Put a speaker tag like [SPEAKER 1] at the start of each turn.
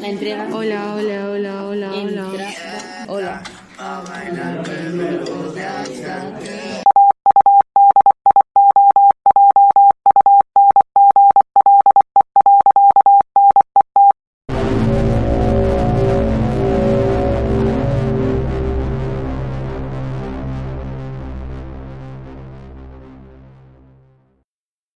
[SPEAKER 1] La entrega.
[SPEAKER 2] Hola, hola, hola, hola, hola.
[SPEAKER 1] Entra- Hola.
[SPEAKER 3] a bailar perro de